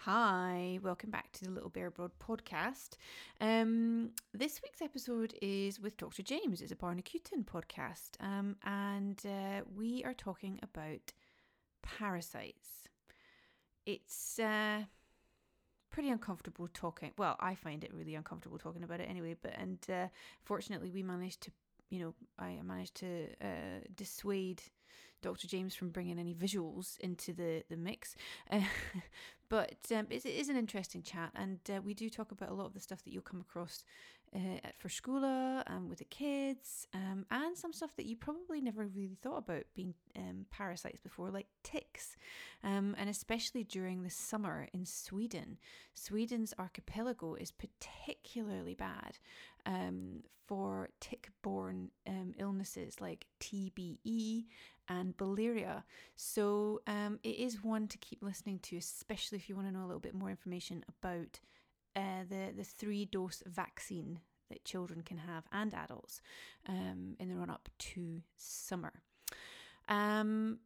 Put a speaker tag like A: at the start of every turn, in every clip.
A: Hi, welcome back to the Little Bear Abroad podcast. Um, this week's episode is with Dr. James. It's a Barnacutin podcast, um, and uh, we are talking about parasites. It's uh, pretty uncomfortable talking. Well, I find it really uncomfortable talking about it anyway. But and uh, fortunately, we managed to, you know, I managed to uh, dissuade Dr. James from bringing any visuals into the the mix. Uh, but um, it's, it is an interesting chat, and uh, we do talk about a lot of the stuff that you'll come across uh, at for schooler um, with the kids, um, and some stuff that you probably never really thought about being um, parasites before, like ticks, um, and especially during the summer in Sweden. Sweden's archipelago is particularly bad um, for tick-borne um, illnesses like TBE and malaria. So um, it is one to keep listening to, especially if you want to know a little bit more information about uh, the the three dose vaccine that children can have and adults um, in the run up to summer. Um,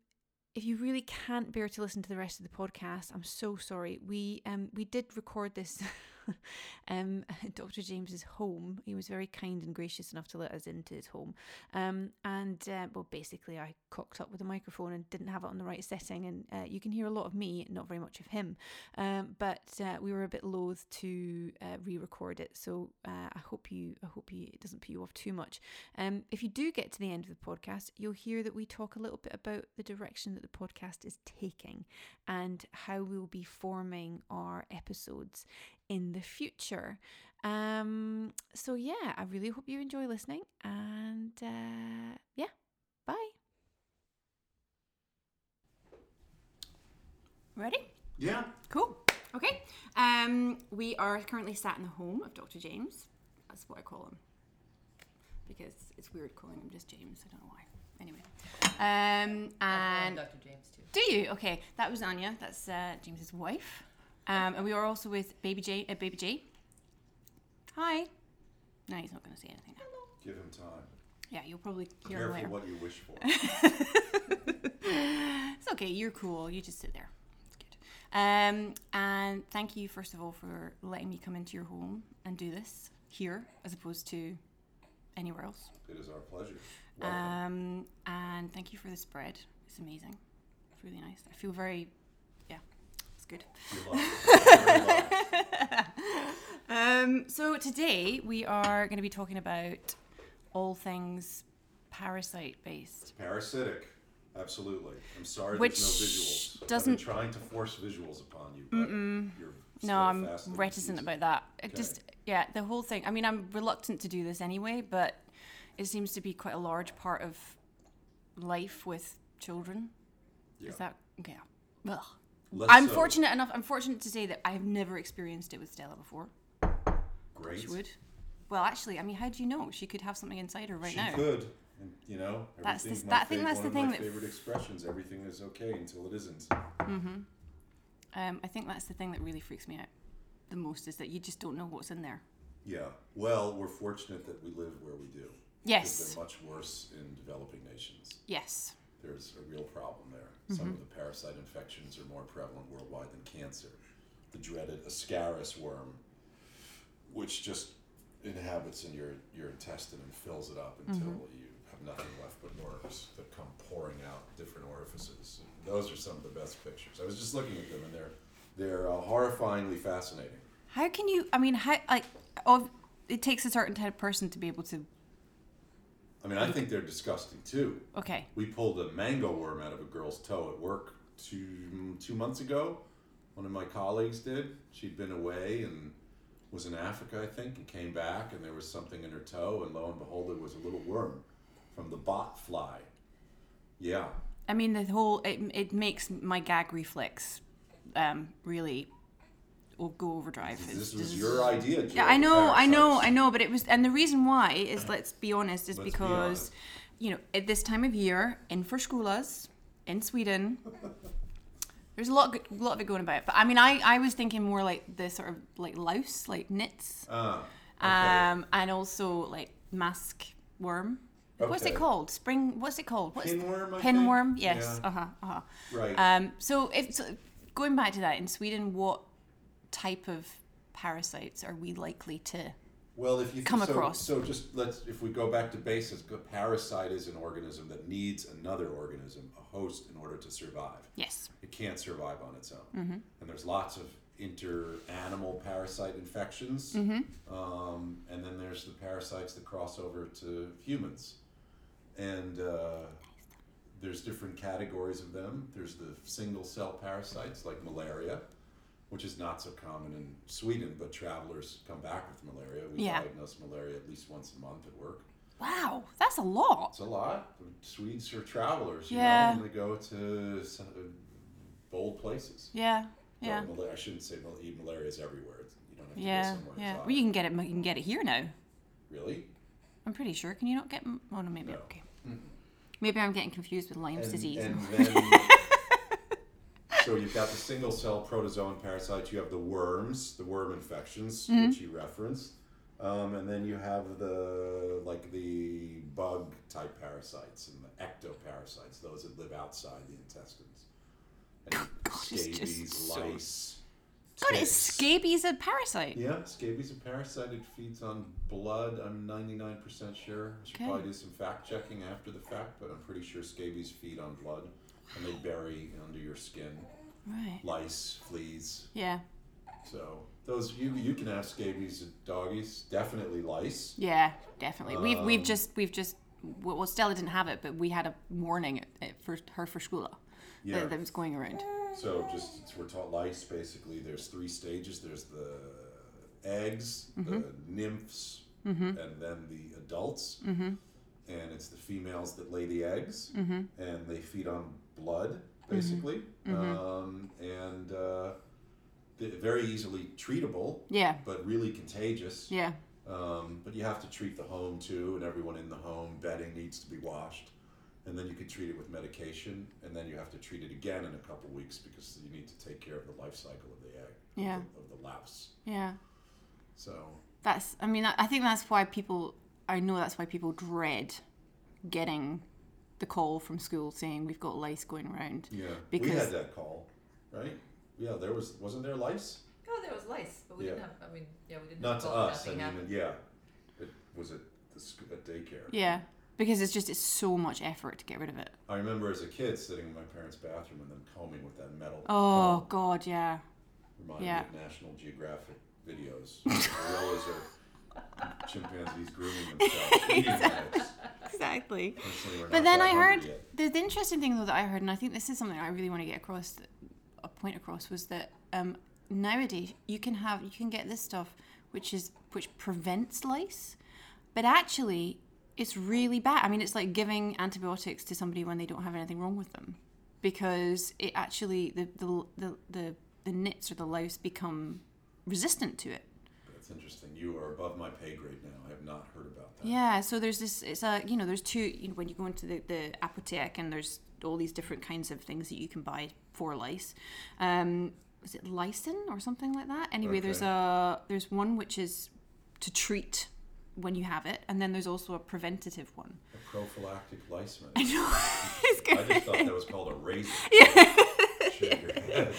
A: if you really can't bear to listen to the rest of the podcast, I'm so sorry. We um we did record this um at Dr. James's home. He was very kind and gracious enough to let us into his home. Um and uh, well basically I cocked up with the microphone and didn't have it on the right setting and uh, you can hear a lot of me, not very much of him. Um but uh, we were a bit loath to uh, re-record it. So uh, I hope you I hope you it doesn't put you off too much. Um, if you do get to the end of the podcast, you'll hear that we talk a little bit about the direction that the podcast is taking and how we'll be forming our episodes in the future. Um, so, yeah, I really hope you enjoy listening. And uh, yeah, bye.
B: Ready?
C: Yeah.
B: Cool. Okay. Um, we are currently sat in the home of Dr. James. That's what I call him. Because it's weird calling him just James. I don't know why. Anyway. Um,
D: and
B: and
D: Dr. James too.
B: do you? Okay. That was Anya. That's uh, James's wife. Um, and we are also with Baby J. Uh, Baby J. Hi. No, he's not going to say anything now.
C: Give him time.
B: Yeah, you'll probably hear him
C: Careful
B: later.
C: what you wish for.
B: It's okay. You're cool. You just sit there. It's good. Um, and thank you, first of all, for letting me come into your home and do this here as opposed to anywhere else.
C: it is our pleasure. Welcome.
B: Um, and thank you for the spread. It's amazing. It's really nice. I feel very, yeah, it's good.
C: You're welcome. Very welcome.
B: Um, so today we are going to be talking about all things parasite based.
C: Parasitic. Absolutely. I'm sorry
B: Which
C: there's no visuals.
B: doesn't-
C: I've been trying to force visuals upon you, but you're
B: No, I'm
C: steadfastly
B: reticent
C: refusing.
B: about that. It Just yeah, the whole thing. I mean, I'm reluctant to do this anyway, but it seems to be quite a large part of life with children.
C: Yeah.
B: Is that okay? Ugh.
C: Less
B: I'm
C: so.
B: fortunate enough. I'm fortunate to say that I've never experienced it with Stella before.
C: Great.
B: She would. Well, actually, I mean, how do you know she could have something inside her right
C: She
B: now?
C: could. And, you know,
B: That's
C: everything's
B: the-
C: my
B: that- I think
C: fav-
B: that's
C: one
B: the
C: of
B: thing
C: my
B: that-
C: favorite expressions. Everything is okay until it isn't.
B: Um, I think that's the thing that really freaks me out the most is that you just don't know what's in there.
C: Yeah. Well, we're fortunate that we live where we do. 'Cause
B: Yes.
C: They're much worse in developing nations.
B: Yes.
C: there's a real problem there. Some of the parasite infections are more prevalent worldwide than cancer. The dreaded Ascaris worm, which just inhabits in your, your intestine and fills it up until you have nothing left but worms that come pouring out different orifices. And those are some of the best pictures. I was just looking at them, and they're they're uh, horrifyingly fascinating.
B: How can you? I mean, how like, of it takes a certain type of person to be able to.
C: I mean, I think they're disgusting too.
B: Okay,
C: We pulled a mango worm out of a girl's toe at work two two months ago. One of my colleagues did. She'd been away and was in Africa, I think, and came back, and there was something in her toe, and lo and behold, it was a little worm from the bot fly. Yeah,
B: I mean the whole it, it makes my gag reflex um, really will go overdrive.
C: this was your idea. Joe,
B: Yeah, I know, I know,
C: parasites.
B: I know, but it was, and the reason why is, let's be honest, is
C: Let's be
B: because,
C: honest.
B: you know, at this time of year in Förskolas in Sweden, there's a lot, go- lot of it going about. But I mean, I, I was thinking more like the sort of like louse, like knits.
C: Ah, okay.
B: um, and also like mask worm. What's it
C: Okay.
B: called? Spring. What's it called? What's
C: Pinworm, I think?
B: pinworm. Yes. Uh-huh, Uh huh.
C: Yeah.
B: Uh huh.
C: right.
B: Um, so if so going back to that in Sweden, what type of parasites are we likely to?
C: Well, if you
B: Come
C: so,
B: across.
C: so just let's if we go back to basics, a parasite is an organism that needs another organism, a host, in order to survive.
B: Yes.
C: It can't survive on its own,
B: Mm-hmm.
C: and there's lots of inter-animal parasite infections,
B: Mm-hmm.
C: um, and then there's the parasites that cross over to humans, and. Uh, there's different categories of them. There's the single cell parasites like malaria, which is not so common in Sweden, but travelers come back with malaria. We
B: Yeah.
C: diagnose malaria at least once a month at work.
B: Wow, that's a lot.
C: It's a lot. Swedes are travelers, you
B: Yeah.
C: know, and they go to some, uh, bold places.
B: Yeah. Yeah.
C: Well, mala- I shouldn't say mal- e, malaria is everywhere. It's, you don't have to
B: Yeah.
C: go somewhere.
B: Yeah.
C: exotic.
B: Well, you can get it. You can get it here now.
C: Really?
B: I'm pretty sure. Can you not get? m- Oh no, maybe
C: No. Mm-hmm.
B: okay. Maybe I'm getting confused with Lyme's
C: and,
B: disease.
C: and then, so you've got the single cell protozoan parasites. You have the worms, the worm infections,
B: Mm-hmm.
C: which you referenced, um, and then you have the like the bug type parasites and the ectoparasites, those that live outside the intestines. And
B: it's just
C: scabies,
B: so-
C: lice.
B: God, is
C: ticks.
B: scabies a parasite?
C: Yeah, scabies a parasite. It feeds on blood. I'm 99% sure. I should
B: Okay.
C: probably do some fact checking after the fact, but I'm pretty sure scabies feed on blood and they bury under your skin
B: Right.
C: lice, fleas.
B: Yeah.
C: So those you you can have scabies at doggies. Definitely lice.
B: Yeah. Definitely. we've we've
C: Um,
B: just we've just well well, Stella didn't have it, but we had a warning at, at for her for school
C: Yeah.
B: that, that was going around.
C: So just it's- we're taught lice basically. There's three stages. There's the eggs, the nymphs, and then the adults. And it's the females that lay the eggs, and they feed on blood basically, Um, and uh, they're very easily treatable,
B: Yeah.
C: but really contagious.
B: Yeah.
C: Um, but you have to treat the home too, and everyone in the home bedding needs to be washed, and then you can treat it with medication, and then you have to treat it again in a couple weeks because you need to take care of the life cycle of the egg,
B: Yeah.
C: of, the, of the louse.
B: Yeah.
C: So
B: That's. I mean, I I think that's why people. I know that's why people dread getting the call from school saying we've got lice going around.
C: yeah, we
B: Because-
C: had that call, right? Yeah, there was wasn't there lice?
D: Oh, there was lice, but we
C: Yeah.
D: didn't have. I mean, yeah, we didn't.
C: Not
D: have
C: to
D: bulk,
C: us. I
D: nothing
C: mean,
D: happened.
C: yeah, it was at the sc- at daycare.
B: Yeah. Because it's just it's so much effort to get rid of it.
C: I remember as a kid sitting in my parents' bathroom and them combing with that metal.
B: Oh
C: comb.
B: God, yeah.
C: Reminded
B: Yeah.
C: me of National Geographic videos. Gorillas are chimpanzees grooming themselves. eating mice.
B: Exactly.
C: Personally, we're
B: But
C: not
B: then
C: that
B: I heard
C: hungry yet.
B: the, the interesting thing though that I heard, and I think this is something I really want to get across, a point across was that um, nowadays you can have you can get this stuff which is which prevents lice, but actually it's really bad. I mean, it's like giving antibiotics to somebody when they don't have anything wrong with them, because it actually the the the the, the nits or the lice become resistant to it.
C: That's interesting. You are above my pay grade now. I have not heard about that.
B: Yeah, so there's this. It's a you know there's two. You know, when you go into the the apothec and there's all these different kinds of things that you can buy for lice. Um, is it lysin or something like that? Anyway, there's
C: Okay.
B: a there's one which is to treat when you have it, and then there's also a preventative one.
C: A prophylactic lice
B: I
C: medicine.
B: know. it's
C: I just
B: good.
C: thought that was called a razor. Shave your head.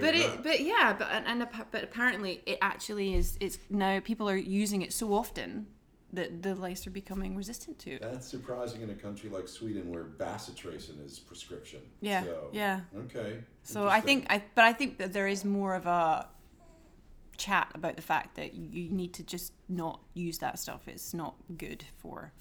B: But it, but yeah, but and, and appa- but apparently it actually is. It's now people are using it so often that the lice are becoming resistant to it.
C: That's surprising in a country like Sweden where bacitracin is prescription.
B: Yeah,
C: So,
B: yeah.
C: Okay.
B: So I
C: Interesting.
B: think I, but I think that there is more of a chat about the fact that you need to just not use that stuff. It's not good for.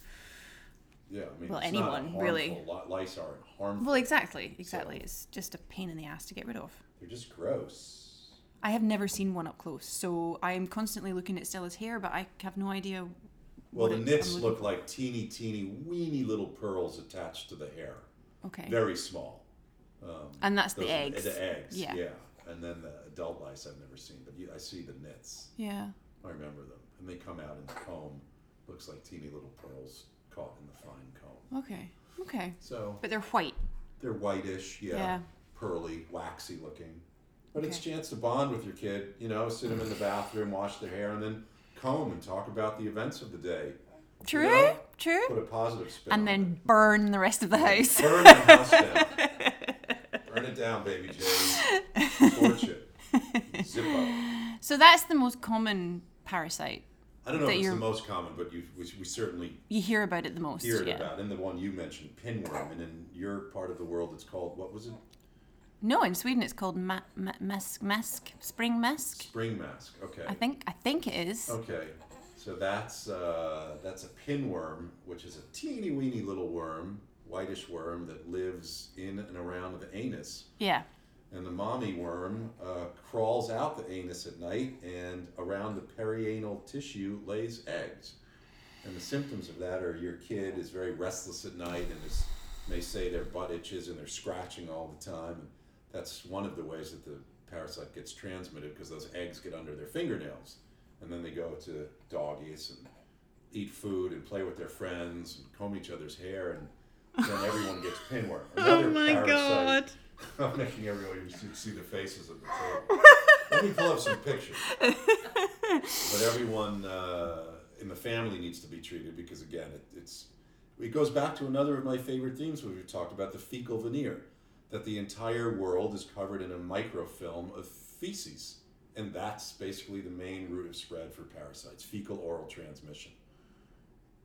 C: Yeah, I mean,
B: well,
C: it's not
B: anyone,
C: harmful.
B: really.
C: Li- Lice aren't harmful.
B: Well, exactly, exactly. It's just a pain in the ass to get rid of.
C: They're just gross.
B: I have never seen one up close, so I am constantly looking at Stella's hair, but I have no idea.
C: Well,
B: what
C: the
B: it-
C: nits
B: I'm
C: look like teeny, teeny, weeny little pearls attached to the hair.
B: Okay,
C: Very small. Um,
B: and that's
C: those
B: the
C: are
B: eggs.
C: The eggs,
B: Yeah.
C: yeah. And then the adult lice I've never seen, but you, I see the nits.
B: Yeah.
C: I remember them. And they come out in the comb. Looks like teeny little pearls caught in the fine comb.
B: Okay. Okay.
C: So
B: But they're white.
C: they're whitish, yeah,
B: Yeah.
C: pearly, waxy looking. But it's
B: Okay.
C: chance to bond with your kid, you know, sit them in the bathroom, wash their hair, and then comb and talk about the events of the day.
B: True.
C: know,
B: True.
C: Put a positive spin. on
B: And
C: it.
B: then burn the rest of the house.
C: Burn the house down. Burn it down, baby Jane. Torch it. Zip up.
B: So that's the most common parasite
C: I don't know
B: That
C: if it's
B: you're-
C: the most common, but you we, we certainly
B: you hear about it the most.
C: hear it
B: yeah.
C: about. And the one you mentioned, pinworm, and in your part of the world, it's called what was it?
B: No, in Sweden it's called ma- ma- mask, mask, spring mask.
C: Spring mask. Okay.
B: I think I think it is.
C: Okay, so that's uh, that's a pinworm, which is a teeny weeny little worm, whitish worm that lives in and around the anus.
B: Yeah.
C: And the mommy worm uh, crawls out the anus at night and around the perianal tissue lays eggs. And the symptoms of that are your kid is very restless at night and is, may say their butt itches and they're scratching all the time. And that's one of the ways that the parasite gets transmitted because those eggs get under their fingernails. And then they go to doggies and eat food and play with their friends and comb each other's hair. And then everyone gets pinworm.
B: Oh
C: Another parasite. I'm making everybody just see the faces at the table. Let me pull up some pictures. But everyone uh, in the family needs to be treated because, again, it, it's it goes back to another of my favorite themes we've talked about the fecal veneer, that the entire world is covered in a microfilm of feces, and that's basically the main route of spread for parasites: fecal oral transmission.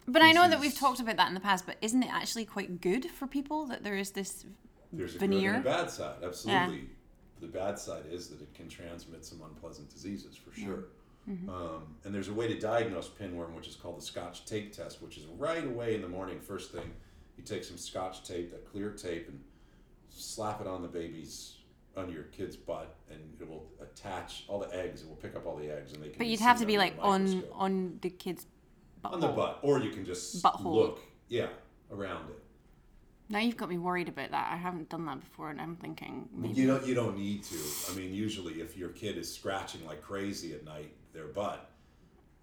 B: But I know that
C: Feces.
B: we've talked about that in the past, but isn't it actually quite good for people that there is this
C: There's a
B: veneer?
C: good and a bad side, absolutely. The bad side is that it can transmit some unpleasant diseases for sure.
B: Mm-hmm.
C: Um, and there's a way to diagnose pinworm, which is called the Scotch tape test, which is right away in the morning, first thing. You take some Scotch tape, that clear tape, and slap it on the baby's on your kid's butt, and it will attach all the eggs. It will pick up all the eggs, and they can.
B: But
C: be
B: you'd have to
C: seen
B: be
C: under
B: like
C: a
B: on
C: microscope.
B: on the kid's butthole.
C: on the butt, or you can just
B: Butthole.
C: look, yeah, around it.
B: Now you've got me worried about that. I haven't done that before, and I'm thinking maybe.
C: You don't. You don't need to. I mean, usually, if your kid is scratching like crazy at night, their butt,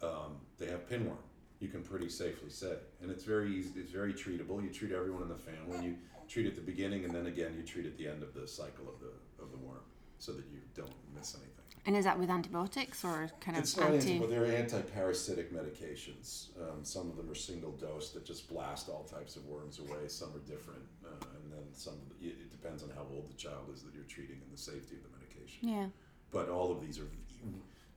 C: um, they have pinworm. You can pretty safely say, and it's very easy. It's very treatable. You treat everyone in the family. You treat at the beginning, and then again, you treat at the end of the cycle of the of the worm, so that you don't miss anything.
B: And is that with antibiotics or kind of
C: It's not
B: anti?
C: anti, but they're anti-parasitic medications. Um, some of them are single dose that just blast all types of worms away. Some are different, uh, and then some. Of the, it it depends on how old the child is that you're treating and the safety of the medication
B: yeah.
C: but all of these are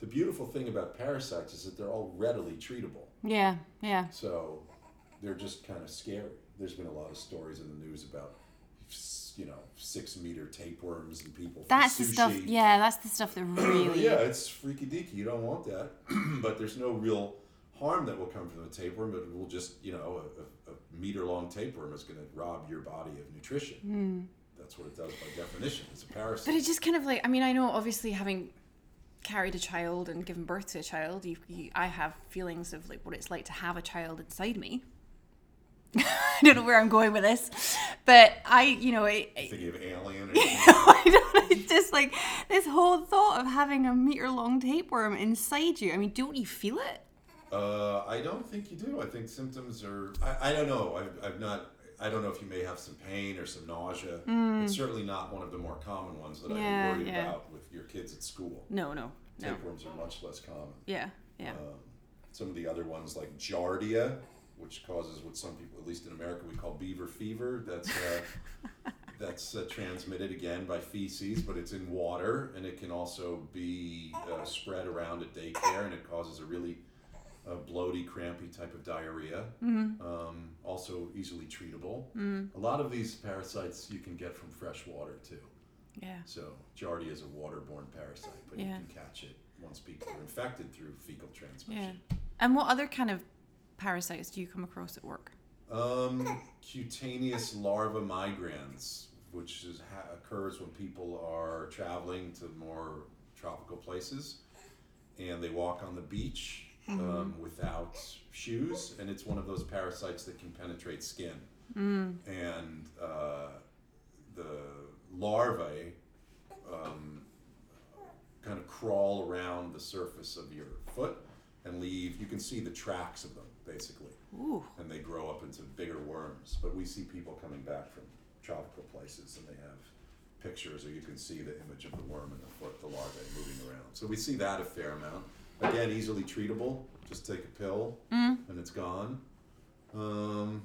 C: the beautiful thing about parasites is that they're all readily treatable
B: Yeah. Yeah.
C: so they're just kind of scary there's been a lot of stories in the news about s- you know six meter tapeworms and people from
B: That's the
C: sushi.
B: stuff. Yeah, that's the stuff that really.
C: yeah it's freaky deaky you don't want that but there's no real harm that will come from the tapeworm but it will just you know a, a, a meter long tapeworm is going to rob your body of nutrition that's what it does by definition it's a parasite
B: Hmm. But it just kind of like I mean I know obviously having carried a child and given birth to a child, you, you I have feelings of like what it's like to have a child inside me. I don't know where I'm going with this, but I you know it, it-
C: thinking of alien or
B: I don't, it's just like this whole thought of having a meter long tapeworm inside you. I mean, don't you feel it?
C: Uh, I don't think you do. I think symptoms are. I, I don't know. I've, I've not. I don't know if you may have some pain or some nausea. It's certainly not one of the more common ones that
B: Hmm. Yeah,
C: I'm worried
B: yeah.
C: about with your kids at school.
B: No, no, no.
C: Tapeworms are much less common.
B: Yeah, yeah.
C: Some of the other ones like Giardia, which causes what some people, at least in America, we call beaver fever. That's uh, that's uh, transmitted again by feces, but it's in water, and it can also be uh, spread around at daycare, and it causes a really uh, bloaty, crampy type of diarrhea. Um, also easily treatable. A lot of these parasites you can get from fresh water too.
B: yeah.
C: So Giardia is a waterborne parasite, but you
B: Yeah.
C: can catch it once people are infected through fecal transmission.
B: And what other kind of parasites do you come across at work?
C: Um, cutaneous larva migrans, which is, ha- occurs when people are traveling to more tropical places, and they walk on the beach um, without shoes, and it's one of those parasites that can penetrate skin. And uh, the larvae kind of crawl around the surface of your foot and leave. You can see the tracks of them, basically.
B: Ooh.
C: And they grow up into bigger worms. But we see people coming back from tropical places and they have pictures, or you can see the image of the worm in the foot, the larvae moving around. So we see that a fair amount. Again, easily treatable. Just take a pill and it's gone. Um,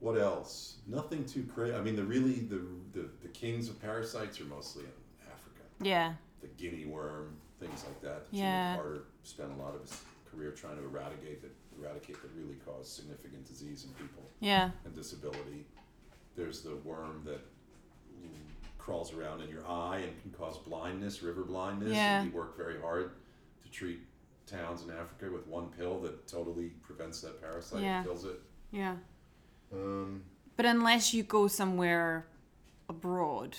C: what else? Nothing too crazy. I mean, the really the, the the kings of parasites are mostly in Africa
B: Yeah.
C: the guinea worm, things things like that. that
B: Yeah.
C: Jimmy Carter spent a lot of his career trying to eradicate that eradicate that really caused significant disease in people
B: Yeah.
C: and disability. There's the worm that crawls around in your eye and can cause blindness, river blindness.
B: Yeah.
C: And he worked very hard to treat towns in Africa with one pill that totally prevents that parasite
B: Yeah.
C: and kills it.
B: Yeah.
C: Um,
B: But unless you go somewhere abroad,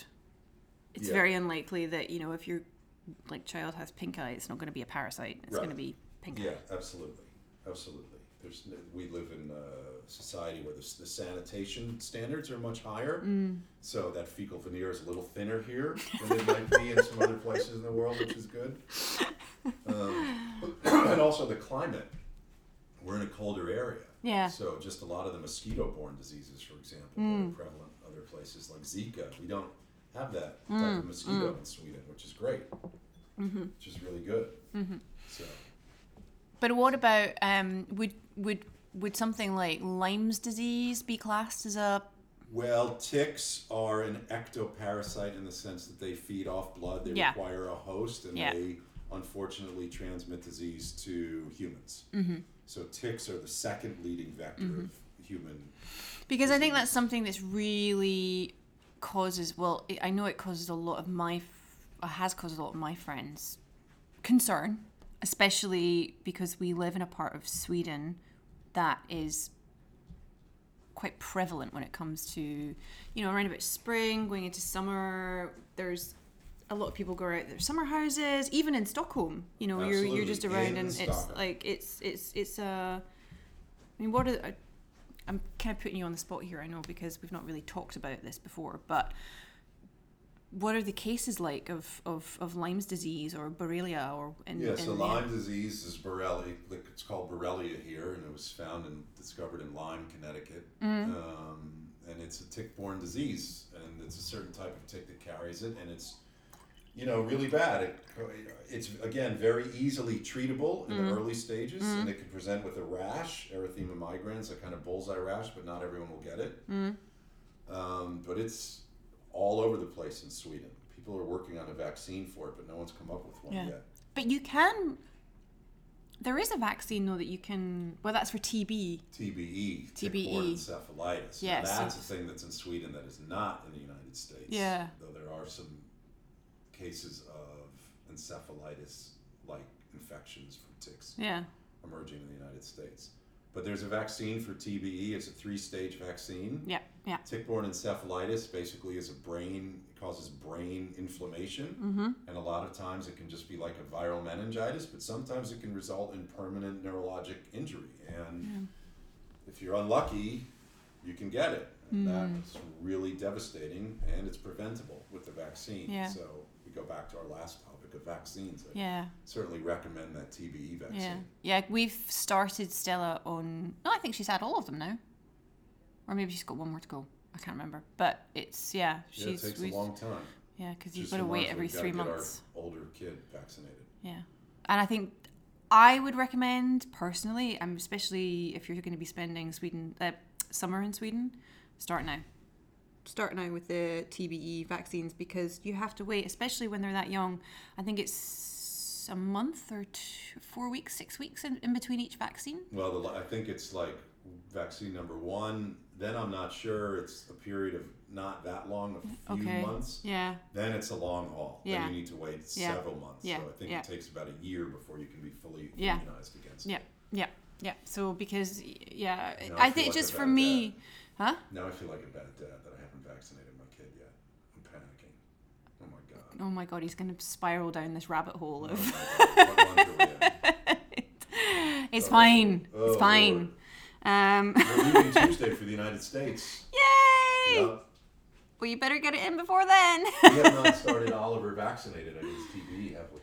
B: it's
C: Yeah.
B: very unlikely that, you know, if your like child has pink eye, it's not going to be a parasite. It's
C: Right.
B: going to be pink
C: yeah,
B: eye.
C: absolutely, absolutely. There's n- we live in a society where the, s- the sanitation standards are much higher, so that fecal veneer is a little thinner here than it might be in some other places in the world, which is good. Um, and also the climate. We're in a colder area.
B: Yeah.
C: So just a lot of the mosquito-borne diseases, for example, that are prevalent in other places like Zika. We don't have that type of mosquito in Sweden, which is great, which is really good. So
B: But what about um would would would something like Lyme's disease be classed as a
C: Well, ticks are an ectoparasite in the sense that they feed off blood. They
B: Yeah.
C: require a host, and
B: Yeah.
C: they unfortunately transmit disease to humans. Mm-hmm. So ticks are the second leading vector
B: Mm-hmm.
C: of human.
B: Because I think that's something that's really causes. Well, it, I know it causes a lot of my, f- or has caused a lot of my friends concern, especially because we live in a part of Sweden that is quite prevalent when it comes to, you know, around about spring, going into summer. There's a lot of people go out their summer houses, even in Stockholm. You know, you're you're just
C: Absolutely,
B: around,
C: in
B: and it's
C: Stockholm.
B: like it's it's it's a. I mean, what are I- I'm kind of putting you on the spot here, I know, because we've not really talked about this before, but what are the cases like of, of, of Lyme's disease or Borrelia or in,
C: Yeah, so
B: in-
C: Lyme disease is Borrelia. Like it's called Borrelia here, and it was found and discovered in Lyme, Connecticut. Um, and it's a tick-borne disease, and it's a certain type of tick that carries it, and it's you know, really bad. It, it's again very easily treatable in the early stages, and it can present with a rash, erythema migrans, a kind of bullseye rash, but not everyone will get it. Um, but it's all over the place in Sweden. People are working on a vaccine for it, but no one's come up with one
B: Yeah.
C: yet.
B: But you can. There is a vaccine though that you can. Well, that's for TB.
C: TBE,
B: TBE.
C: tick-borne encephalitis. Now,
B: E. Yes.
C: E, that's a thing that's in Sweden that is not in the United States.
B: Yeah.
C: Though there are some cases of encephalitis-like infections from ticks.
B: Yeah.
C: emerging in the United States. But there's a vaccine for TBE. It's a three-stage vaccine.
B: Yeah. Yeah.
C: Tick-borne encephalitis basically is a brain causes brain inflammation,
B: Mm-hmm.
C: and a lot of times it can just be like a viral meningitis, but sometimes it can result in permanent neurologic injury. And if you're unlucky, you can get it. And
B: Mm.
C: That's really devastating, and it's preventable with the vaccine.
B: Yeah.
C: So we go back to our last topic of vaccines. I
B: Yeah.
C: certainly recommend that TBE vaccine.
B: Yeah. Yeah. We've started Stella on. No, I think she's had all of them now. Or maybe she's got one more to go. I can't remember. But it's yeah. She's
C: Yeah, it takes
B: we've-
C: a long time.
B: yeah because you've
C: Just
B: got to wait
C: reminds me,
B: every three
C: we've gotta get our
B: months.
C: older kid vaccinated.
B: Yeah. And I think I would recommend personally, um, especially if you're going to be spending Sweden uh, summer in Sweden, start now. Start now with the TBE vaccines because you have to wait, especially when they're that young. I think it's a month or two, four weeks, six weeks in, in between each vaccine.
C: Well, the, I think it's like vaccine number one. Then I'm not sure. It's a period of not that long, a few
B: Okay.
C: months.
B: Yeah.
C: Then it's a long haul.
B: Yeah.
C: Then you need to wait
B: Yeah.
C: several months.
B: Yeah.
C: So I think
B: Yeah.
C: it takes about a year before you can be fully
B: Yeah.
C: immunized against
B: Yeah. Yeah. Yeah. So because yeah,
C: You know,
B: I,
C: I
B: think
C: feel like
B: just
C: a
B: for
C: bad
B: me, huh?
C: it. Now I feel like a bad dad that I haven't vaccinated my kid yet. I'm panicking. Oh my God.
B: Oh my god, he's going to spiral down this rabbit hole of
C: Oh my God. What wonder we have.
B: It's
C: Oh,
B: fine.
C: oh,
B: it's fine. Um,
C: We're leaving Tuesday for the United States.
B: yay!
C: Yep.
B: Well, you better get it in before then.
C: We have not started Oliver vaccinated against TBE, have we?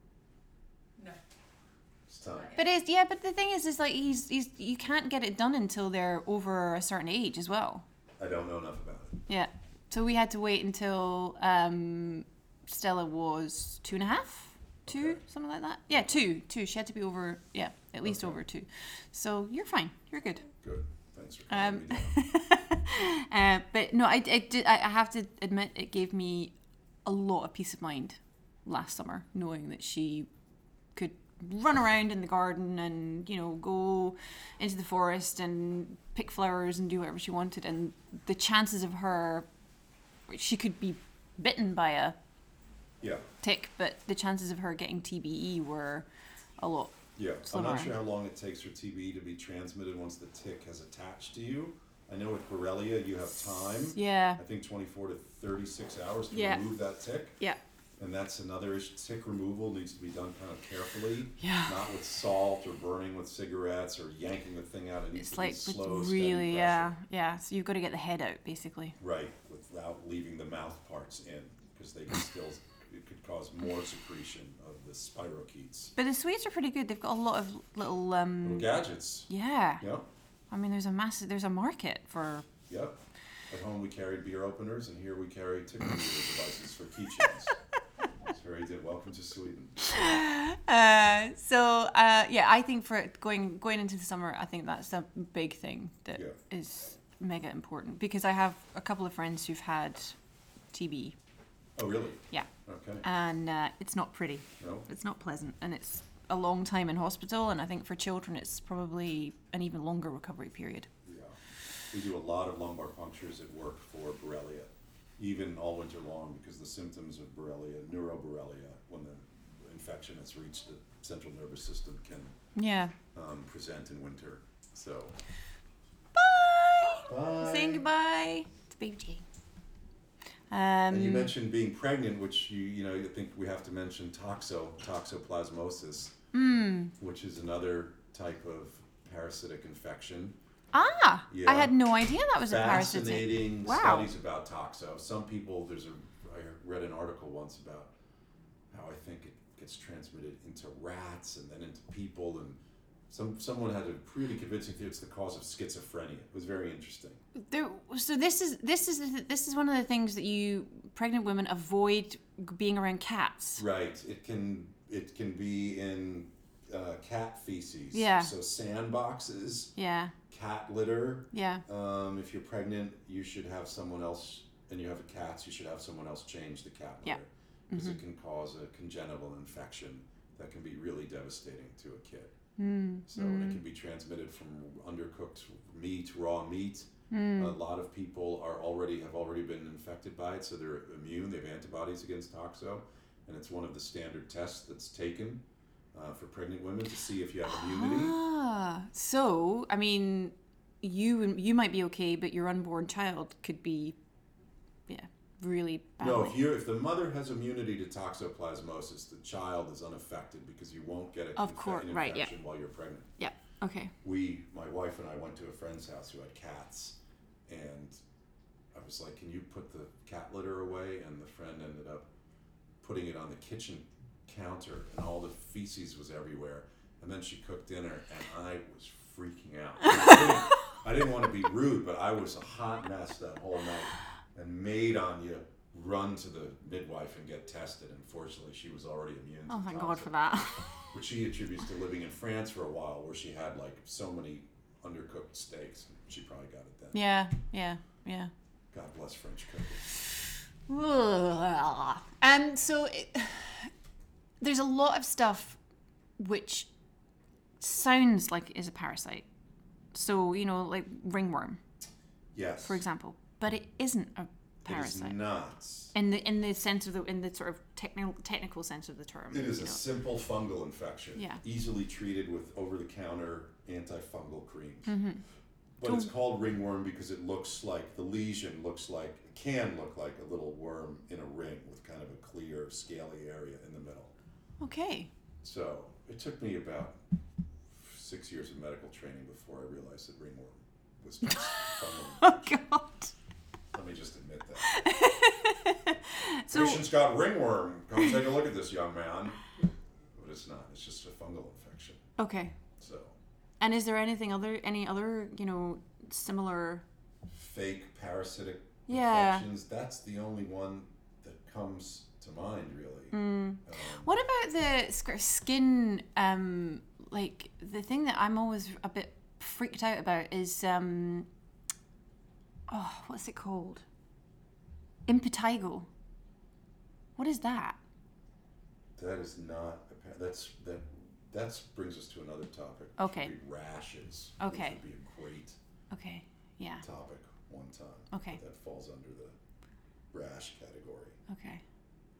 C: uh,
D: No.
C: It's time.
B: but it's yeah. But the thing is, is like he's he's you can't get it done until they're over a certain age as well.
C: I don't know enough about it.
B: Yeah. So we had to wait until um, Stella was two and a half, two,
C: Okay.
B: something like that. Yeah, two, two. She had to be over. Yeah, at least over two. So you're fine. You're good.
C: Good. Thanks for calling
B: Um,
C: me down.
B: Uh, but no, I, I, did, I I have to admit, it gave me a lot of peace of mind last summer, knowing that she could run around in the garden and you know go into the forest and pick flowers and do whatever she wanted and the chances of her she could be bitten by a
C: Yeah,
B: tick but the chances of her getting TBE were a lot
C: yeah. I'm
B: Slimmer.
C: not sure how long it takes for TB to be transmitted once the tick has attached to you. I know with Borrelia you have time.
B: yeah
C: I think 24 to 36 hours to
B: Yeah.
C: remove that tick.
B: yeah
C: And that's another issue. Tick removal needs to be done kind of carefully.
B: Yeah.
C: Not with salt or burning with cigarettes or yanking the thing out. It needs
B: it's
C: to
B: like
C: be
B: with
C: slow, steady
B: really
C: pressure.
B: yeah yeah so you've got to get the head out basically
C: Right, without leaving the mouth parts in because they can still, it could cause more secretion of the spirochetes.
B: but the Swedes are pretty good they've got a lot of little um
C: Little gadgets.
B: yeah
C: Yep,
B: I mean there's a massive there's a market for
C: yep. At home we carried beer openers and here we carry tick removal devices for keychains. It's very good. Welcome to Sweden.
B: Uh, so uh, yeah, I think for it going going into the summer, I think that's a big thing that is
C: Yeah.
B: mega important because I have a couple of friends who've had TB.
C: Oh, really?
B: Yeah,
C: Okay.
B: and uh, it's not pretty.
C: No?
B: It's not pleasant, and it's a long time in hospital. And I think for children, it's probably an even longer recovery period.
C: Yeah. We do a lot of lumbar punctures at work for Borrelia, even all winter long, because the symptoms of Borrelia, neuroborrelia, when the infection has reached the central nervous system, can
B: Yeah.
C: um, present in winter. So,
B: Bye.
C: Bye.
B: Saying goodbye to Baby Jane. Um,
C: and you mentioned being pregnant, which you you know you think we have to mention toxo toxoplasmosis,
B: Hmm.
C: which is another type of parasitic infection.
B: ah,
C: Yeah.
B: I had no idea that was a parasitic.
C: fascinating
B: Wow.
C: studies about toxo. Some people, there's a, I read an article once about how I think it gets transmitted into rats and then into people, and some someone had a pretty convincing theory it's the cause of schizophrenia. It was very interesting.
B: There, so this is this is the- this is one of the things that you pregnant women avoid being around cats.
C: Right. It can it can be in uh, cat feces.
B: Yeah.
C: So sandboxes,
B: Yeah,
C: cat litter.
B: yeah.
C: Um, if you're pregnant, you should have someone else, and you have a cat, you should have someone else change the cat
B: Yeah. Mm-hmm.
C: litter because it can cause a congenital infection that can be really devastating to a kid.
B: Mm,
C: So and it can be transmitted from undercooked meat, raw meat.
B: Mm.
C: A lot of people are already have already been infected by it, so they're immune. They have antibodies against toxo, and it's one of the standard tests that's taken uh, for pregnant women to see if you have immunity.
B: Ah, so I mean, you and- you might be okay, but your unborn child could be, yeah, really badly.
C: No, if you if the mother has immunity to toxoplasmosis, the child is unaffected because you won't get a
B: Of course,
C: infection
B: right, yeah.
C: while you're pregnant.
B: yeah. Okay.
C: We, my wife and I, went to a friend's house who had cats, and I was like, "Can you put the cat litter away?" And the friend ended up putting it on the kitchen counter, and all the feces was everywhere. And then she cooked dinner, and I was freaking out. I didn't, I didn't want to be rude, but I was a hot mess that whole night. And made on you run to the midwife and get tested. And fortunately, she was already immune.
B: Oh,
C: to
B: thank
C: toxin
B: God for that.
C: which she attributes to living in France for a while, where she had like so many undercooked steaks. She probably got it then.
B: yeah, yeah, yeah.
C: God bless French cooking.
B: And Um, so it, there's a lot of stuff which sounds like is a parasite. So, you know, like ringworm,
C: Yes,
B: for example, but it isn't a
C: it
B: parasite.
C: is not.
B: In the in the sense of the in the sort of technical technical sense of the term.
C: It is
B: you
C: a
B: know.
C: simple fungal infection,
B: Mm-hmm. Yeah.
C: easily treated with over-the-counter antifungal creams.
B: Mm-hmm.
C: But it's called ringworm because it looks like the lesion looks like it can look like a little worm in a ring with kind of a clear, scaly area in the middle.
B: Okay.
C: So it took me about six years of medical training before I realized that ringworm was just fungal.
B: Oh god.
C: Let me just admit that.
B: So
C: Patient's got ringworm. Come take a look at this young man. But it's not. It's just a fungal infection.
B: okay.
C: So
B: And is there anything other any other, you know, similar
C: fake parasitic
B: Yeah.
C: infections. That's the only one that comes to mind, really.
B: Mm.
C: Um,
B: What about the sc- skin? Um, like the thing that I'm always a bit freaked out about is um, oh, what's it called? Impetigo. What is that?
C: That is not appa- that's that that's brings us to another topic. which
B: Okay.
C: would be rashes.
B: Okay.
C: Which would be a great
B: Okay. Yeah.
C: topic one time.
B: Okay.
C: That falls under the rash category.
B: Okay.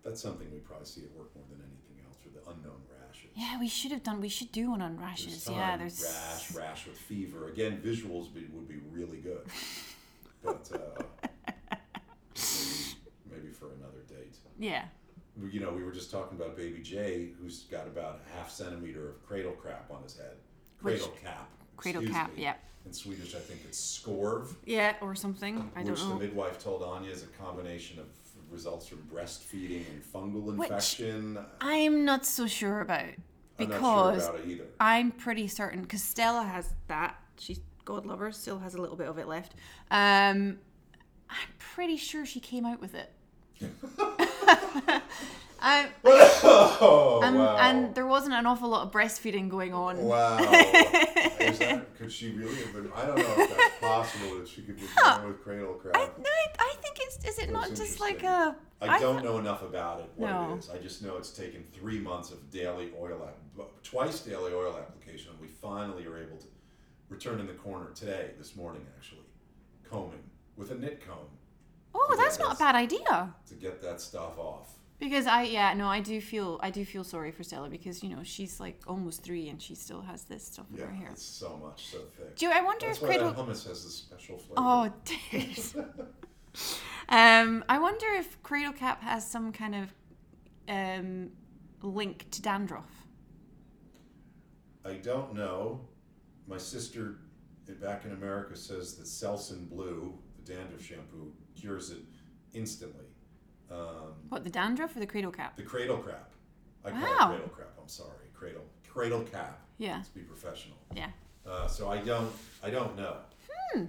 C: That's something we probably see at work more than anything else, or the unknown rashes.
B: Yeah, we should have done. We should do one on rashes.
C: There's
B: Yeah.
C: time,
B: There's
C: rash, rash with fever. Again, visuals be, would be really good, but uh, maybe, maybe for another date.
B: Yeah.
C: We- You know, we were just talking about Baby Jay, who's got about a half centimeter of cradle crap on his head. Cradle cap.
B: Cradle
C: excuse
B: cap,
C: me.
B: yep.
C: In Swedish, I think it's skorv,
B: Yeah, or something. I
C: which
B: don't
C: the
B: know.
C: midwife told Anya is a combination of results from breastfeeding and fungal
B: Which-
C: infection.
B: I'm not so sure about
C: I'm not
B: because
C: sure about it either.
B: I'm pretty certain because Stella has that. She's God lover, still has a little bit of it left. Um, I'm pretty sure she came out with it. I,
C: oh,
B: and,
C: wow.
B: and there wasn't an awful lot of breastfeeding going on.
C: Wow. Is that, could she really have been? I don't know if that's possible that she could be born with cradle
B: I,
C: crap.
B: no, I, I think it's. Is it
C: That's
B: not just like
C: interesting.
B: a?
C: I don't know enough about it, what
B: No.
C: it is. I just know it's taken three months of daily oil, app, twice daily oil application, and we finally are able to. We're turning the corner today, this morning actually, combing with a knit comb
B: Oh, that's not a bad idea.
C: to get that stuff off.
B: Because I yeah no I do feel I do feel sorry for Stella because you know she's like almost three and she still has this stuff in
C: Yeah,
B: her hair.
C: it's so much, so thick.
B: Do you, I wonder
C: That's
B: if
C: why
B: cradle?
C: that hummus has this special flavor.
B: Oh, dude. um, I wonder if cradle cap has some kind of um, link to dandruff.
C: I don't know. My sister uh, back in America says that Selsun Blue, the dandruff shampoo, cures it instantly. Um,
B: What the dandruff or the cradle cap?
C: the cradle crap. I call
B: Wow.
C: it cradle crap. I'm sorry, cradle cradle cap.
B: Yeah,
C: Let's be professional.
B: yeah.
C: Uh, so I don't I don't know.
B: Hmm.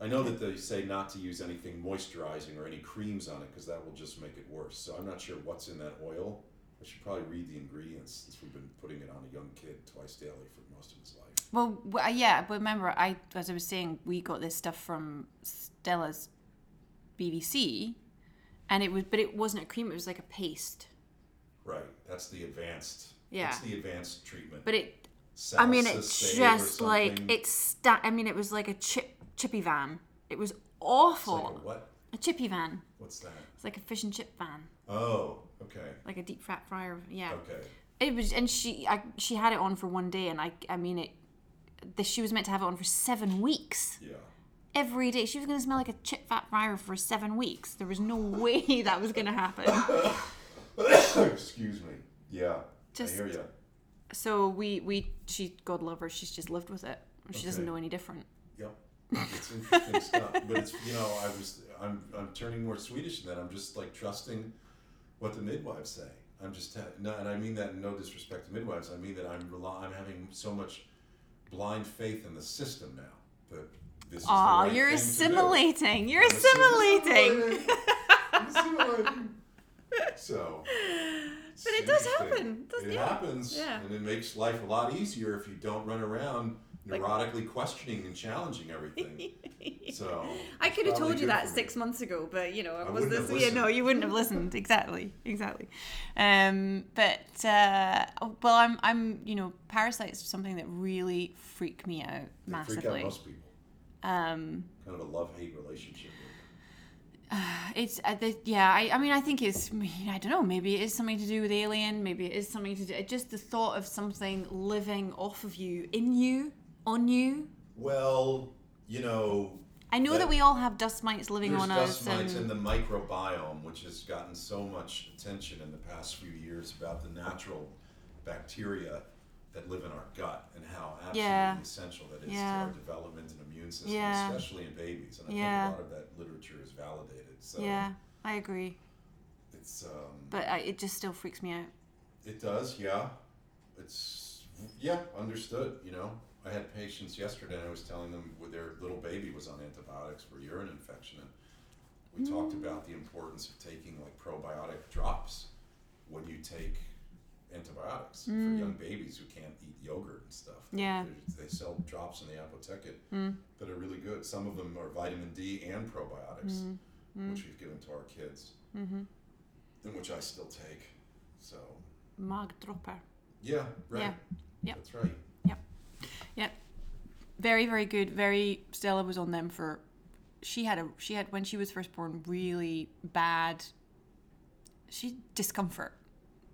C: I know that they say not to use anything moisturizing or any creams on it because that will just make it worse. So I'm not sure what's in that oil. I should probably read the ingredients since we've been putting it on a young kid twice daily for most of his life.
B: Well, w- uh, yeah, but remember, I as I was saying, we got this stuff from Stella's BBC, and it was, but it wasn't a cream; it was like a paste.
C: Right. That's the advanced.
B: Yeah.
C: That's the advanced treatment.
B: But it,
C: Salsa
B: I mean, it's
C: save or
B: just like
C: something.
B: it's. Sta- I mean, it was like a chip chippy van. It was awful.
C: Like a what?
B: a chippy van.
C: What's that?
B: It's like a fish and chip van,
C: Oh, okay,
B: like a deep fat fryer. Yeah,
C: okay.
B: it was, and she, I, she had it on for one day, and I, I mean it. The, she was meant to have it on for seven weeks
C: Yeah.
B: every day. She was going to smell like a chip fat fryer for seven weeks. There was no way that was going to happen.
C: Excuse me. Yeah.
B: Just-
C: I hear you.
B: So we, we, she, God love her, she's just lived with it. She doesn't
C: Okay.
B: know any different.
C: Yep. It's interesting stuff, but it's you know I was I'm I'm turning more Swedish than that. I'm just like trusting what the midwives say. I'm just ha- no, and I mean that in no disrespect to midwives. I mean that I'm rely, I'm having so much blind faith in the system now that this. is
B: Aw,
C: the right
B: you're
C: thing to do.
B: assimilating. You're
C: I'm
B: assimilating.
C: I'm assimilating. So. But
B: it does happen, doesn't
C: it
B: it?
C: happens,
B: Yeah.
C: and it makes life a lot easier if you don't run around neurotically questioning and challenging everything. so
B: I
C: it's
B: could have
C: probably
B: told you
C: good
B: that
C: for
B: six
C: me.
B: months ago, but you know, I was
C: wouldn't have
B: this. Yeah, no,
C: listened.
B: you wouldn't have listened. Exactly, exactly. Um, but uh, well, I'm, I'm, you know, parasites are something that really freak me out
C: They freak out
B: massively.
C: most people.
B: Um,
C: Kind of a love-hate relationship. with
B: it's, uh, the, yeah, I, I mean, I think it's, I mean, I don't know, maybe it is something to do with alien, maybe it is something to do. uh, Just the thought of something living off of you, in you, on you.
C: it. Well, you know,
B: I know
C: That-
B: that, we all have dust mites living
C: There's
B: on
C: dust
B: us.
C: mites
B: and-
C: in the microbiome, which has gotten so much attention in the past few years about the natural bacteria that live in our gut and how absolutely
B: Yeah.
C: essential that is
B: Yeah.
C: to our development and immune system,
B: Yeah.
C: especially in babies. And I
B: Yeah.
C: think a lot of that literature is validated. So
B: yeah, I agree.
C: it's um,
B: But I, it just still freaks me out.
C: it does, yeah. It's yeah, understood. You know, I had patients yesterday, and I was telling them with their little baby was on antibiotics for urine infection, and we talked about the importance of taking like probiotic drops when you take antibiotics for young babies who can't eat yogurt and stuff.
B: Yeah.
C: There's- They sell drops in the apotheca that are really good. Some of them are vitamin D and probiotics, which we've given to our kids, and which I still take. So
B: magdropper.
C: Yeah, right.
B: Yeah. Yep.
C: That's right.
B: Very, very good. Very Stella was on them for. She had a she had when she was first born really bad. She discomfort,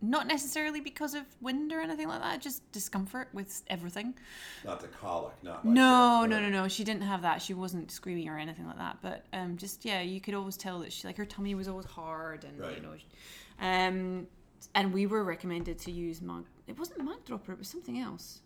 B: not necessarily because of wind or anything like that, just discomfort with everything.
C: Not the colic, not like
B: No,
C: that,
B: no,
C: but-
B: no, no. She didn't have that. She wasn't screaming or anything like that. But um, just yeah, you could always tell that she like her tummy was always hard, and
C: Right.
B: you know, she- um, and we were recommended to use mug. It wasn't mug dropper. It was something else.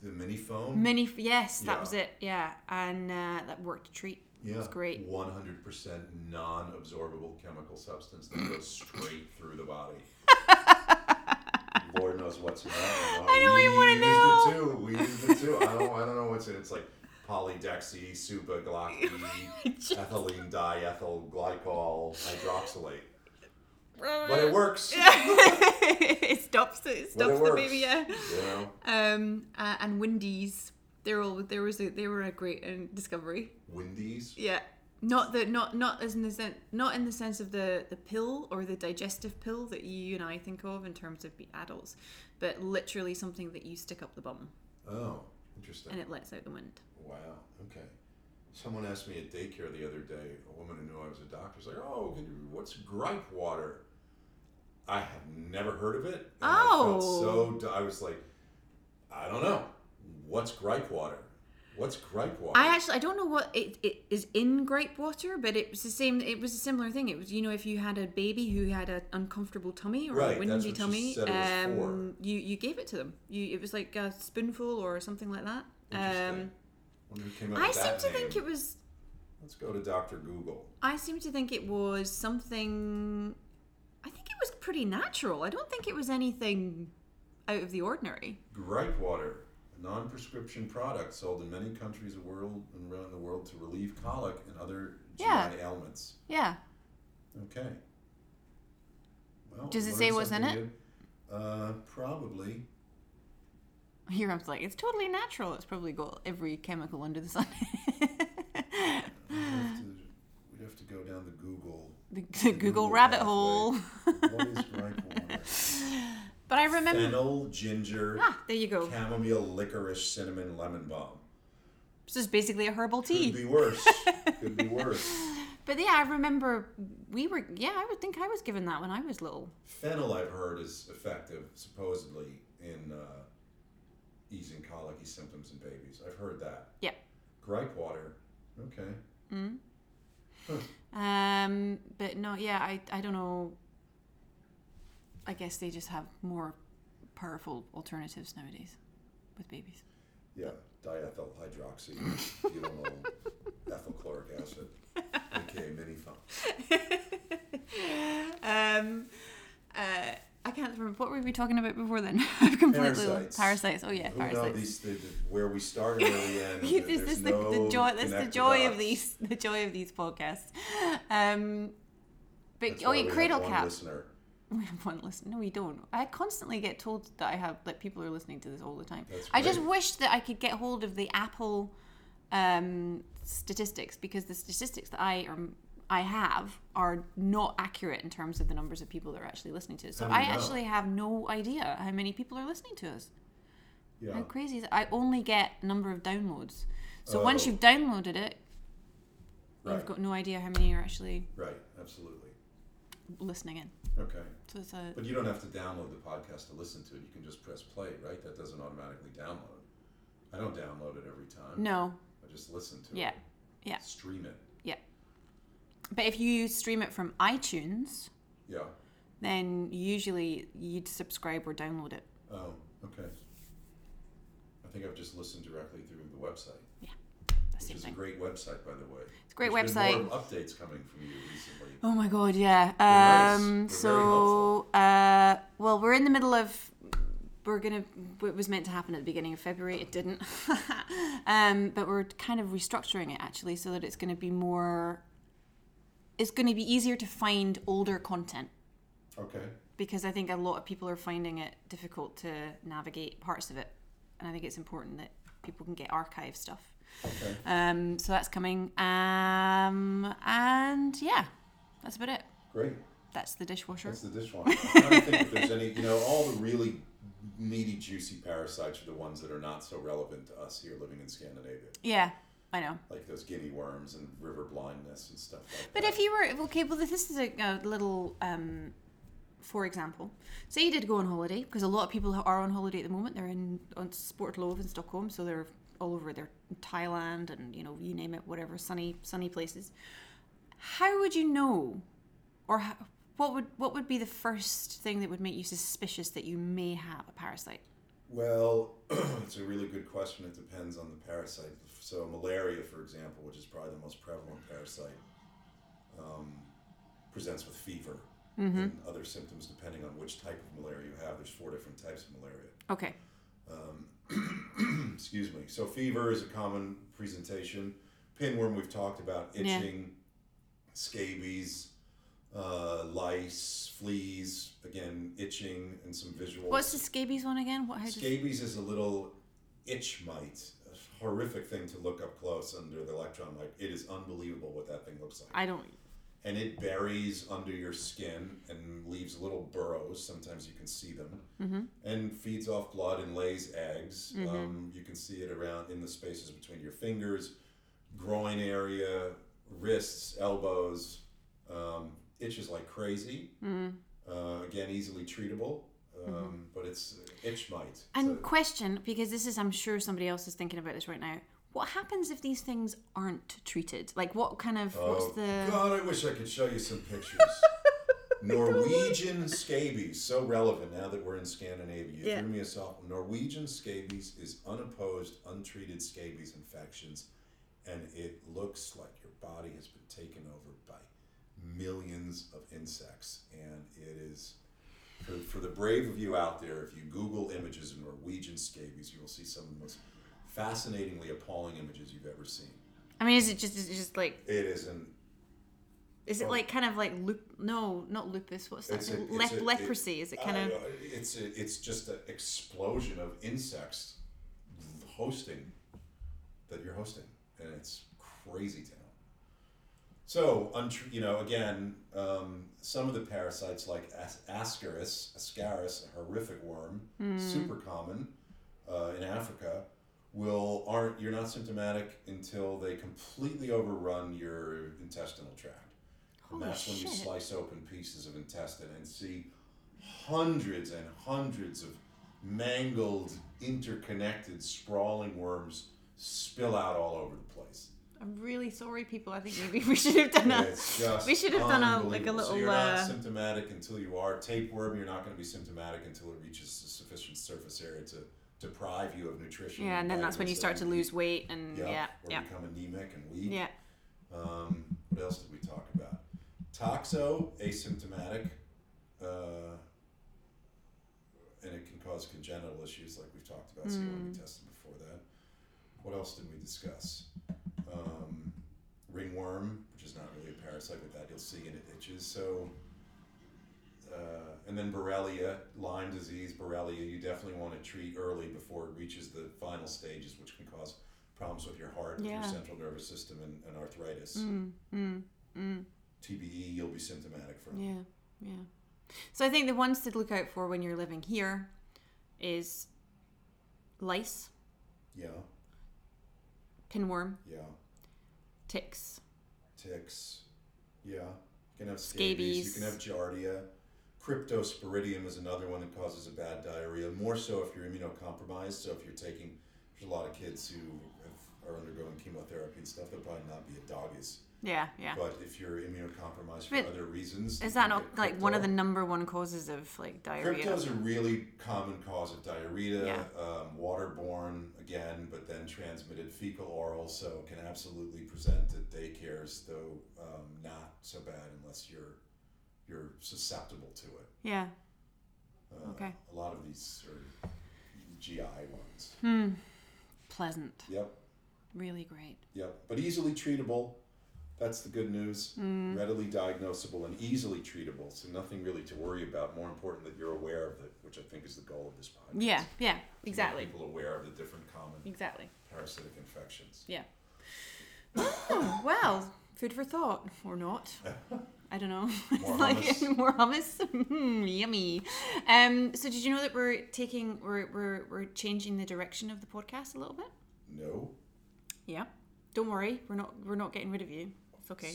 C: The mini foam.
B: Mini. f- Yes, that
C: Yeah.
B: was it. Yeah, and uh, that worked a treat.
C: yeah.
B: was great.
C: One hundred percent non-absorbable chemical substance that goes straight through the body. Lord knows what's in that.
B: I don't even wanna
C: We used it too. We used it too. I don't. I don't know what's in. it. It's like polydexy, supaglocki, ethylene diethyl glycol hydroxylate. But it works.
B: it stops. It
C: But it
B: stops the
C: works,
B: baby. Yeah.
C: You know,
B: Um, uh, and Wendy's. They're all. There was. A, they were a great um, discovery.
C: Wendy's.
B: Yeah. Not the not not as in the sen- not in the sense of the the pill or the digestive pill that you and I think of in terms of be- adults, but literally something that you stick up the bum
C: Oh, interesting.
B: and it lets out the wind.
C: Wow. Okay. Someone asked me at daycare the other day. A woman who knew I was a doctor was like, "Oh, can you- what's gripe water?" I have never heard of it. and I felt
B: Oh.
C: so. d- I was like, I don't know. What's gripe water? What's gripe water?
B: I actually I don't know what it, it is in grape water, but it was the same. It was a similar thing. It was you know if you had a baby who had an uncomfortable tummy or
C: Right,
B: a
C: that's
B: windy
C: what she
B: tummy,
C: said it was for.
B: um, you you gave it to them. You it was like a spoonful or something like that.
C: Interesting.
B: Um,
C: Wonder who came up
B: I
C: with
B: seem
C: that
B: to think
C: name.
B: it was
C: Let's go to Doctor Google.
B: I seem to think it was something. I think it was pretty natural. I don't think it was anything out of the ordinary.
C: Gripe water, a non-prescription product sold in many countries of world and around the world to relieve colic and other GI
B: Yeah.
C: ailments.
B: Yeah.
C: Okay. Well,
B: Does
C: we
B: it say
C: learned
B: what's in
C: something new. Uh, probably.
B: Here I'm like, it's totally natural. It's probably got every chemical under the sun.
C: We'd have to, we'd have to go down the Google.
B: the,
C: Google
B: the Google rabbit
C: pathway.
B: hole.
C: What is gripe water?
B: But I remember.
C: Fennel, ginger,
B: Ah, there you go.
C: chamomile, licorice, cinnamon, lemon balm.
B: This is basically a herbal
C: Could
B: tea.
C: be worse. Could be worse.
B: But yeah, I remember we were. Yeah, I would think I was given that when I was little.
C: Fennel, I've heard, is effective supposedly in uh, easing colicky symptoms in babies. I've heard that.
B: Yeah.
C: Gripe water. Okay.
B: Um, but no, yeah, I, I don't know. I guess they just have more powerful alternatives nowadays with babies.
C: Yeah, diethyl hydroxy, butanol, ethylchloric acid, aka minifon.
B: Um, uh, I can't remember what were we talking about before then. I've completely
C: Parasites.
B: parasites. Oh yeah,
C: Who know
B: parasites.
C: these, the, the, where we start and where we end?
B: Yes,
C: There's
B: this is the,
C: no
B: the joy. That's the
C: connected
B: joy of
C: dots.
B: these. The joy of these podcasts. Um, but
C: That's
B: oh
C: why we
B: yeah,
C: have
B: cradle
C: one
B: cap.
C: listener.
B: We have one listen. No, we don't. I constantly get told that I have that people are listening to this all the time.
C: That's
B: I just
C: great.
B: wish that I could get hold of the Apple um, statistics because the statistics that I are I have are not accurate in terms of the numbers of people that are actually listening to us. So
C: How do
B: I
C: you know?
B: actually have no idea how many people are listening to us.
C: Yeah.
B: How crazy is it? I only get number of downloads. So once
C: Oh.
B: you've downloaded it,
C: Right.
B: you've got no idea how many are actually
C: Right. Absolutely.
B: listening in.
C: Okay.
B: So it's a
C: But you don't have to download the podcast to listen to it. You can just press play, right? That doesn't automatically download. I don't download it every time.
B: no.
C: I just listen to
B: Yeah.
C: it.
B: Yeah.
C: Stream it.
B: But if you stream it from iTunes,
C: Yeah.
B: then usually you'd subscribe or download it.
C: Oh, okay. I think I've just listened directly through the website.
B: The
C: Which
B: same
C: is a
B: thing.
C: great website, by the way.
B: It's a great
C: There's been
B: website.
C: More updates coming from you recently.
B: Oh my god, yeah.
C: nice.
B: Um,
C: They're very
B: so, uh, well, we're in the middle of. We're gonna. What was meant to happen at the beginning of February, it didn't. um, but we're kind of restructuring it actually, so that it's gonna be more. It's gonna be easier to find older content.
C: Okay.
B: because I think a lot of people are finding it difficult to navigate parts of it, and I think it's important that people can get archive stuff.
C: Okay.
B: Um, so that's coming, um, and yeah, that's about it.
C: Great.
B: That's the dishwasher.
C: That's the dishwasher. I'm trying to think if there's any, you know, all the really meaty, juicy parasites are the ones that are not so relevant to us here living in Scandinavia,
B: Yeah, I know.
C: like those guinea worms and river blindness and stuff like
B: But
C: that.
B: if you were okay, well, this is a, a little, um, for example, say you did go on holiday because a lot of people who are on holiday at the moment. They're in on Sportlov in Stockholm, so they're all over. They're in Thailand and you know you name it, whatever sunny sunny places. How would you know, or how, what would what would be the first thing that would make you suspicious that you may have a parasite?
C: Well, it's a really good question. It depends on the parasite. So malaria, for example, which is probably the most prevalent parasite, um, presents with fever
B: Mm-hmm.
C: and other symptoms depending on which type of malaria you have. There's four different types of malaria.
B: Okay.
C: Excuse me. So fever is a common presentation. Pinworm we've talked about,
B: Yeah.
C: itching, scabies, uh, lice, fleas. Again, itching and some visual.
B: What's the scabies one again? What? How does-
C: Scabies is a little itch mite, a horrific thing to look up close under the electron light. It is unbelievable what that thing looks like.
B: I don't.
C: And it buries under your skin and leaves little burrows. Sometimes you can see them.
B: Mm-hmm.
C: And feeds off blood and lays eggs. Um, you can see it around in the spaces between your fingers, groin area, wrists, elbows. Um, itches like crazy.
B: Mm-hmm.
C: Uh, again, easily treatable. Um, But it's itch mite.
B: And
C: So-
B: question, because this is, I'm sure somebody else is thinking about this right now. What happens if these things aren't treated? Like, what kind of,
C: Oh,
B: what's the?
C: God, I wish I could show you some pictures. Norwegian scabies, so relevant now that we're in Scandinavia. You
B: Yeah.
C: threw me a soft. Norwegian scabies is unopposed, untreated scabies infections, and it looks like your body has been taken over by millions of insects, and it is. For, for the brave of you out there, if you Google images of Norwegian scabies, you will see some of the most fascinatingly appalling images you've ever seen.
B: I mean, is it just, is it just like,
C: It is an
B: is it
C: Oh.
B: like kind of like lup? No, not lupus. What's that?
C: It's a-
B: Lep-
C: it's a-
B: leprosy. Is it kind
C: I- uh,
B: of?
C: it's a, it's just an explosion of insects hosting that you're hosting, and it's crazy town. So, untr- you know, again, um, some of the parasites like As- Ascaris, Ascaris, a horrific worm,
B: Hmm.
C: super common uh, in Africa, will aren't you're not symptomatic until they completely overrun your intestinal tract.
B: Holy
C: and that's when you
B: shit.
C: slice open pieces of intestine and see hundreds and hundreds of mangled, interconnected, sprawling worms spill out all over the place.
B: I'm really sorry, people. I think maybe we should have done a.
C: It's just
B: We should have done a like a
C: unbelievable.
B: little.
C: So you're not
B: uh,
C: symptomatic until you are tapeworm. You're not going to be symptomatic until it reaches a sufficient surface area to deprive you of nutrition.
B: yeah, and then that's when you
C: vitamins
B: start
C: that
B: to lose weight, and
C: need. Yeah,
B: yeah,
C: or
B: yeah,
C: become anemic and weak.
B: yeah.
C: Um, what else did we talk about? Toxo, asymptomatic, uh, and it can cause congenital issues like we've talked about. So you want to be tested before that. What else did we discuss? Um, ringworm, which is not really a parasite, but that you'll see and it itches. So, uh, and then Borrelia, Lyme disease, Borrelia. You definitely want to treat early before it reaches the final stages, which can cause problems with your heart, with your
B: Yeah.
C: central nervous system, and, and arthritis.
B: Mm, mm, mm.
C: TBE, you'll be symptomatic from.
B: Yeah, yeah. So I think the ones to look out for when you're living here is lice,
C: Yeah,
B: pinworm,
C: yeah.
B: ticks.
C: Ticks. Yeah. You can have scabies.
B: Scabies.
C: You can have giardia. Cryptosporidium is another one that causes a bad diarrhea, more so if you're immunocompromised. So if you're taking, there's a lot of kids who have, are undergoing chemotherapy and stuff, they'll probably not be a doggies.
B: Yeah, yeah.
C: But if you're immunocompromised for
B: But
C: other reasons.
B: Is
C: you
B: that
C: can
B: not
C: get
B: like one of the
C: crypto.
B: number one causes of like diarrhea?
C: Crypto is a really common cause of diarrhea,
B: Yeah.
C: um, waterborne again, but then transmitted fecal oral, so it can absolutely present at daycares, though um, not so bad unless you're you're susceptible to it.
B: Yeah.
C: Uh,
B: Okay.
C: A lot of these are GI ones.
B: Hmm. Pleasant.
C: Yep,
B: Really great.
C: yep, but easily treatable. That's the good news.
B: Mm.
C: Readily diagnosable and easily treatable, so nothing really to worry about. More important that you're aware of it, which I think is the goal of this podcast.
B: Yeah, yeah.
C: to make
B: Exactly.
C: people aware of the different common
B: Exactly.
C: parasitic infections.
B: Yeah. Oh, well, food for thought or not. I don't know.
C: More
B: It's like,
C: hummus.
B: more hummus. Mm, yummy. Um, so did you know that we're taking we're, we're we're changing the direction of the podcast a little bit?
C: No.
B: Yeah. Don't worry, we're not we're not getting rid of you. It's okay.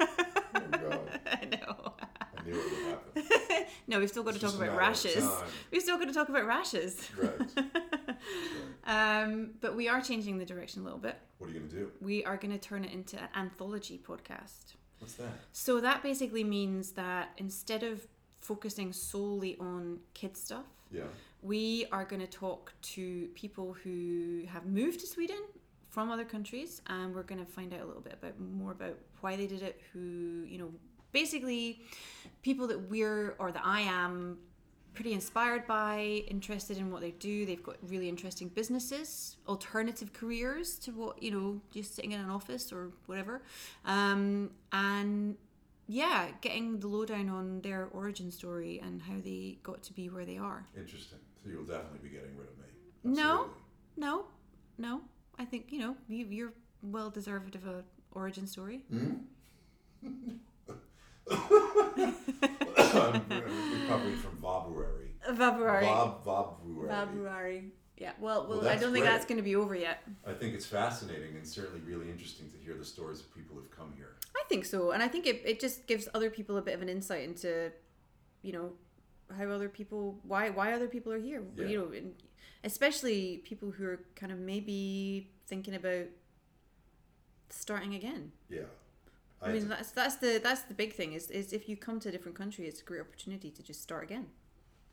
C: Oh God,
B: I know.
C: I knew it would happen.
B: No, we've still got
C: It's
B: to talk
C: just a
B: about
C: matter of
B: rashes.
C: time.
B: We've still got to talk about rashes.
C: Right.
B: um, but we are changing the direction a little bit.
C: What are you gonna do?
B: We are going to turn it into an anthology podcast.
C: What's that?
B: So that basically means that instead of focusing solely on kids stuff,
C: Yeah.
B: we are going to talk to people who have moved to Sweden from other countries, and we're going to find out a little bit about more about why they did it. Who you know, basically, people that we're or that I am pretty inspired by, interested in what they do. They've got really interesting businesses, alternative careers to what you know, just sitting in an office or whatever, um, and yeah, getting the lowdown on their origin story and how they got to be where they are.
C: Interesting. So you'll definitely be getting rid of me.
B: No.
C: Absolutely.
B: No, no. I think you know you, you're well deserved of a origin story.
C: I'm recovering from Vobruary.
B: February.
C: Vob Vobruary.
B: February. Yeah. Well, well,
C: Well,
B: I
C: that's
B: don't think
C: great.
B: that's going to be over yet.
C: I think it's fascinating and certainly really interesting to hear the stories of people who've come here.
B: I think so, and I think it, it just gives other people a bit of an insight into, you know, how other people why why other people are here.
C: Yeah.
B: You know, and especially people who are kind of maybe thinking about starting again.
C: Yeah.
B: I
C: I,
B: mean, that's that's the that's the big thing is is if you come to a different country, it's a great opportunity to just start again.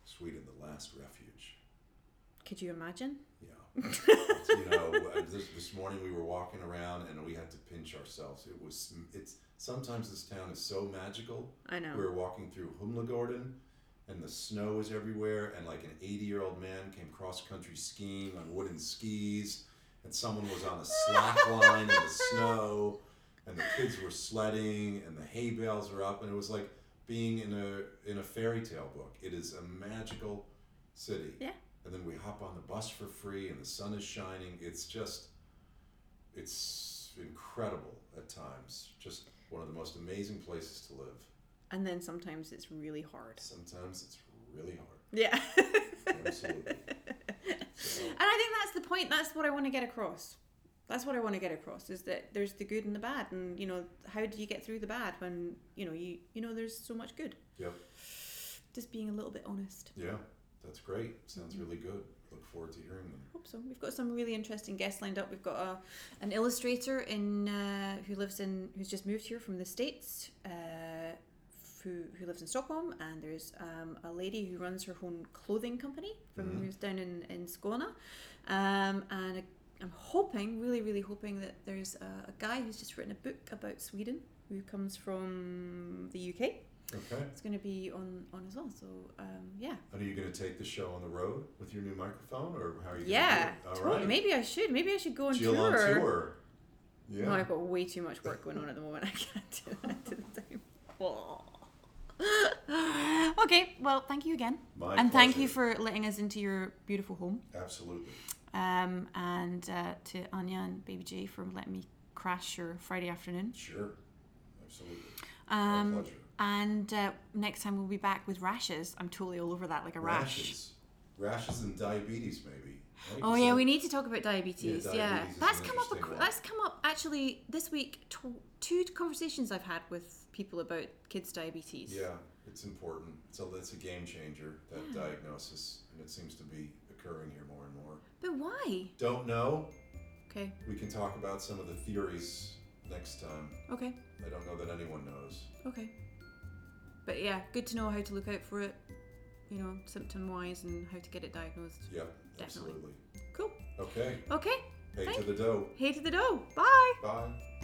C: Sweden, the last refuge.
B: Could you imagine?
C: Yeah. It's, you know, uh, this, this morning we were walking around and we had to pinch ourselves. It was, it's, sometimes this town is so magical.
B: I know.
C: We were walking through Humlegården and the snow was everywhere and like an 80 year old man came cross country skiing on wooden skis and someone was on a slack line in the snow and the kids were sledding and the hay bales were up and it was like being in a in a fairy tale book. It is a magical city.
B: Yeah.
C: And then we hop on the bus for free and the sun is shining. It's just it's incredible at times. Just one of the most amazing places to live.
B: And then sometimes it's really hard.
C: Sometimes it's really hard.
B: Yeah.
C: Absolutely. So,
B: And I think that's the point. That's what I want to get across. That's what I want to get across is that there's the good and the bad, and you know how do you get through the bad when you know you you know there's so much good.
C: yep.
B: Just being a little bit honest.
C: Yeah. That's great. Sounds really good. Look forward to hearing them.
B: Hope so. We've got some really interesting guests lined up. We've got a, an illustrator in uh, who lives in who's just moved here from the states, uh, who who lives in Stockholm, and there's um, a lady who runs her own clothing company from
C: Mhm.
B: who's down in in Skåne, um, and i I'm hoping, really, really hoping that there's a, a guy who's just written a book about Sweden who comes from the UK.
C: Okay.
B: It's going to be on on as well. So um, yeah.
C: And are you going to take the show on the road with your new microphone, or how are you?
B: Yeah,
C: Gonna do it? All
B: totally.
C: right.
B: Maybe I should. Maybe I should go on
C: Jill
B: tour.
C: on tour. Yeah.
B: No, I've got way too much work going on at the moment. I can't do that to the time. okay, well, thank you again.
C: My
B: and thank
C: pleasure.
B: you for letting us into your beautiful home.
C: Absolutely.
B: Um, and uh, to Anya and Baby J for letting me crash your Friday afternoon.
C: Sure. Absolutely. My
B: Um,
C: pleasure.
B: and uh, next time we'll be back with rashes. I'm totally all over that, like a rash.
C: Rashes. Rashes and diabetes, maybe. right?
B: Oh
C: Is
B: yeah,
C: that-
B: we need to talk about diabetes. Yeah,
C: Yeah, diabetes is
B: that's
C: an
B: come up.
C: interesting
B: ac-
C: one.
B: That's come up actually this week. Tw- two conversations I've had with people about kids' diabetes.
C: Yeah, it's important. So that's a game changer. That
B: Yeah.
C: diagnosis, and it seems to be occurring here more and more.
B: But why?
C: Don't know.
B: Okay.
C: We can talk about some of the theories next time.
B: Okay.
C: I don't know that anyone knows.
B: Okay. But yeah, good to know how to look out for it. You know, symptom wise and how to get it diagnosed.
C: Yeah,
B: Definitely.
C: absolutely.
B: Cool.
C: Okay,
B: Okay.
C: hey
B: Thank-
C: to the dough.
B: Hey to the dough. Bye.
C: Bye.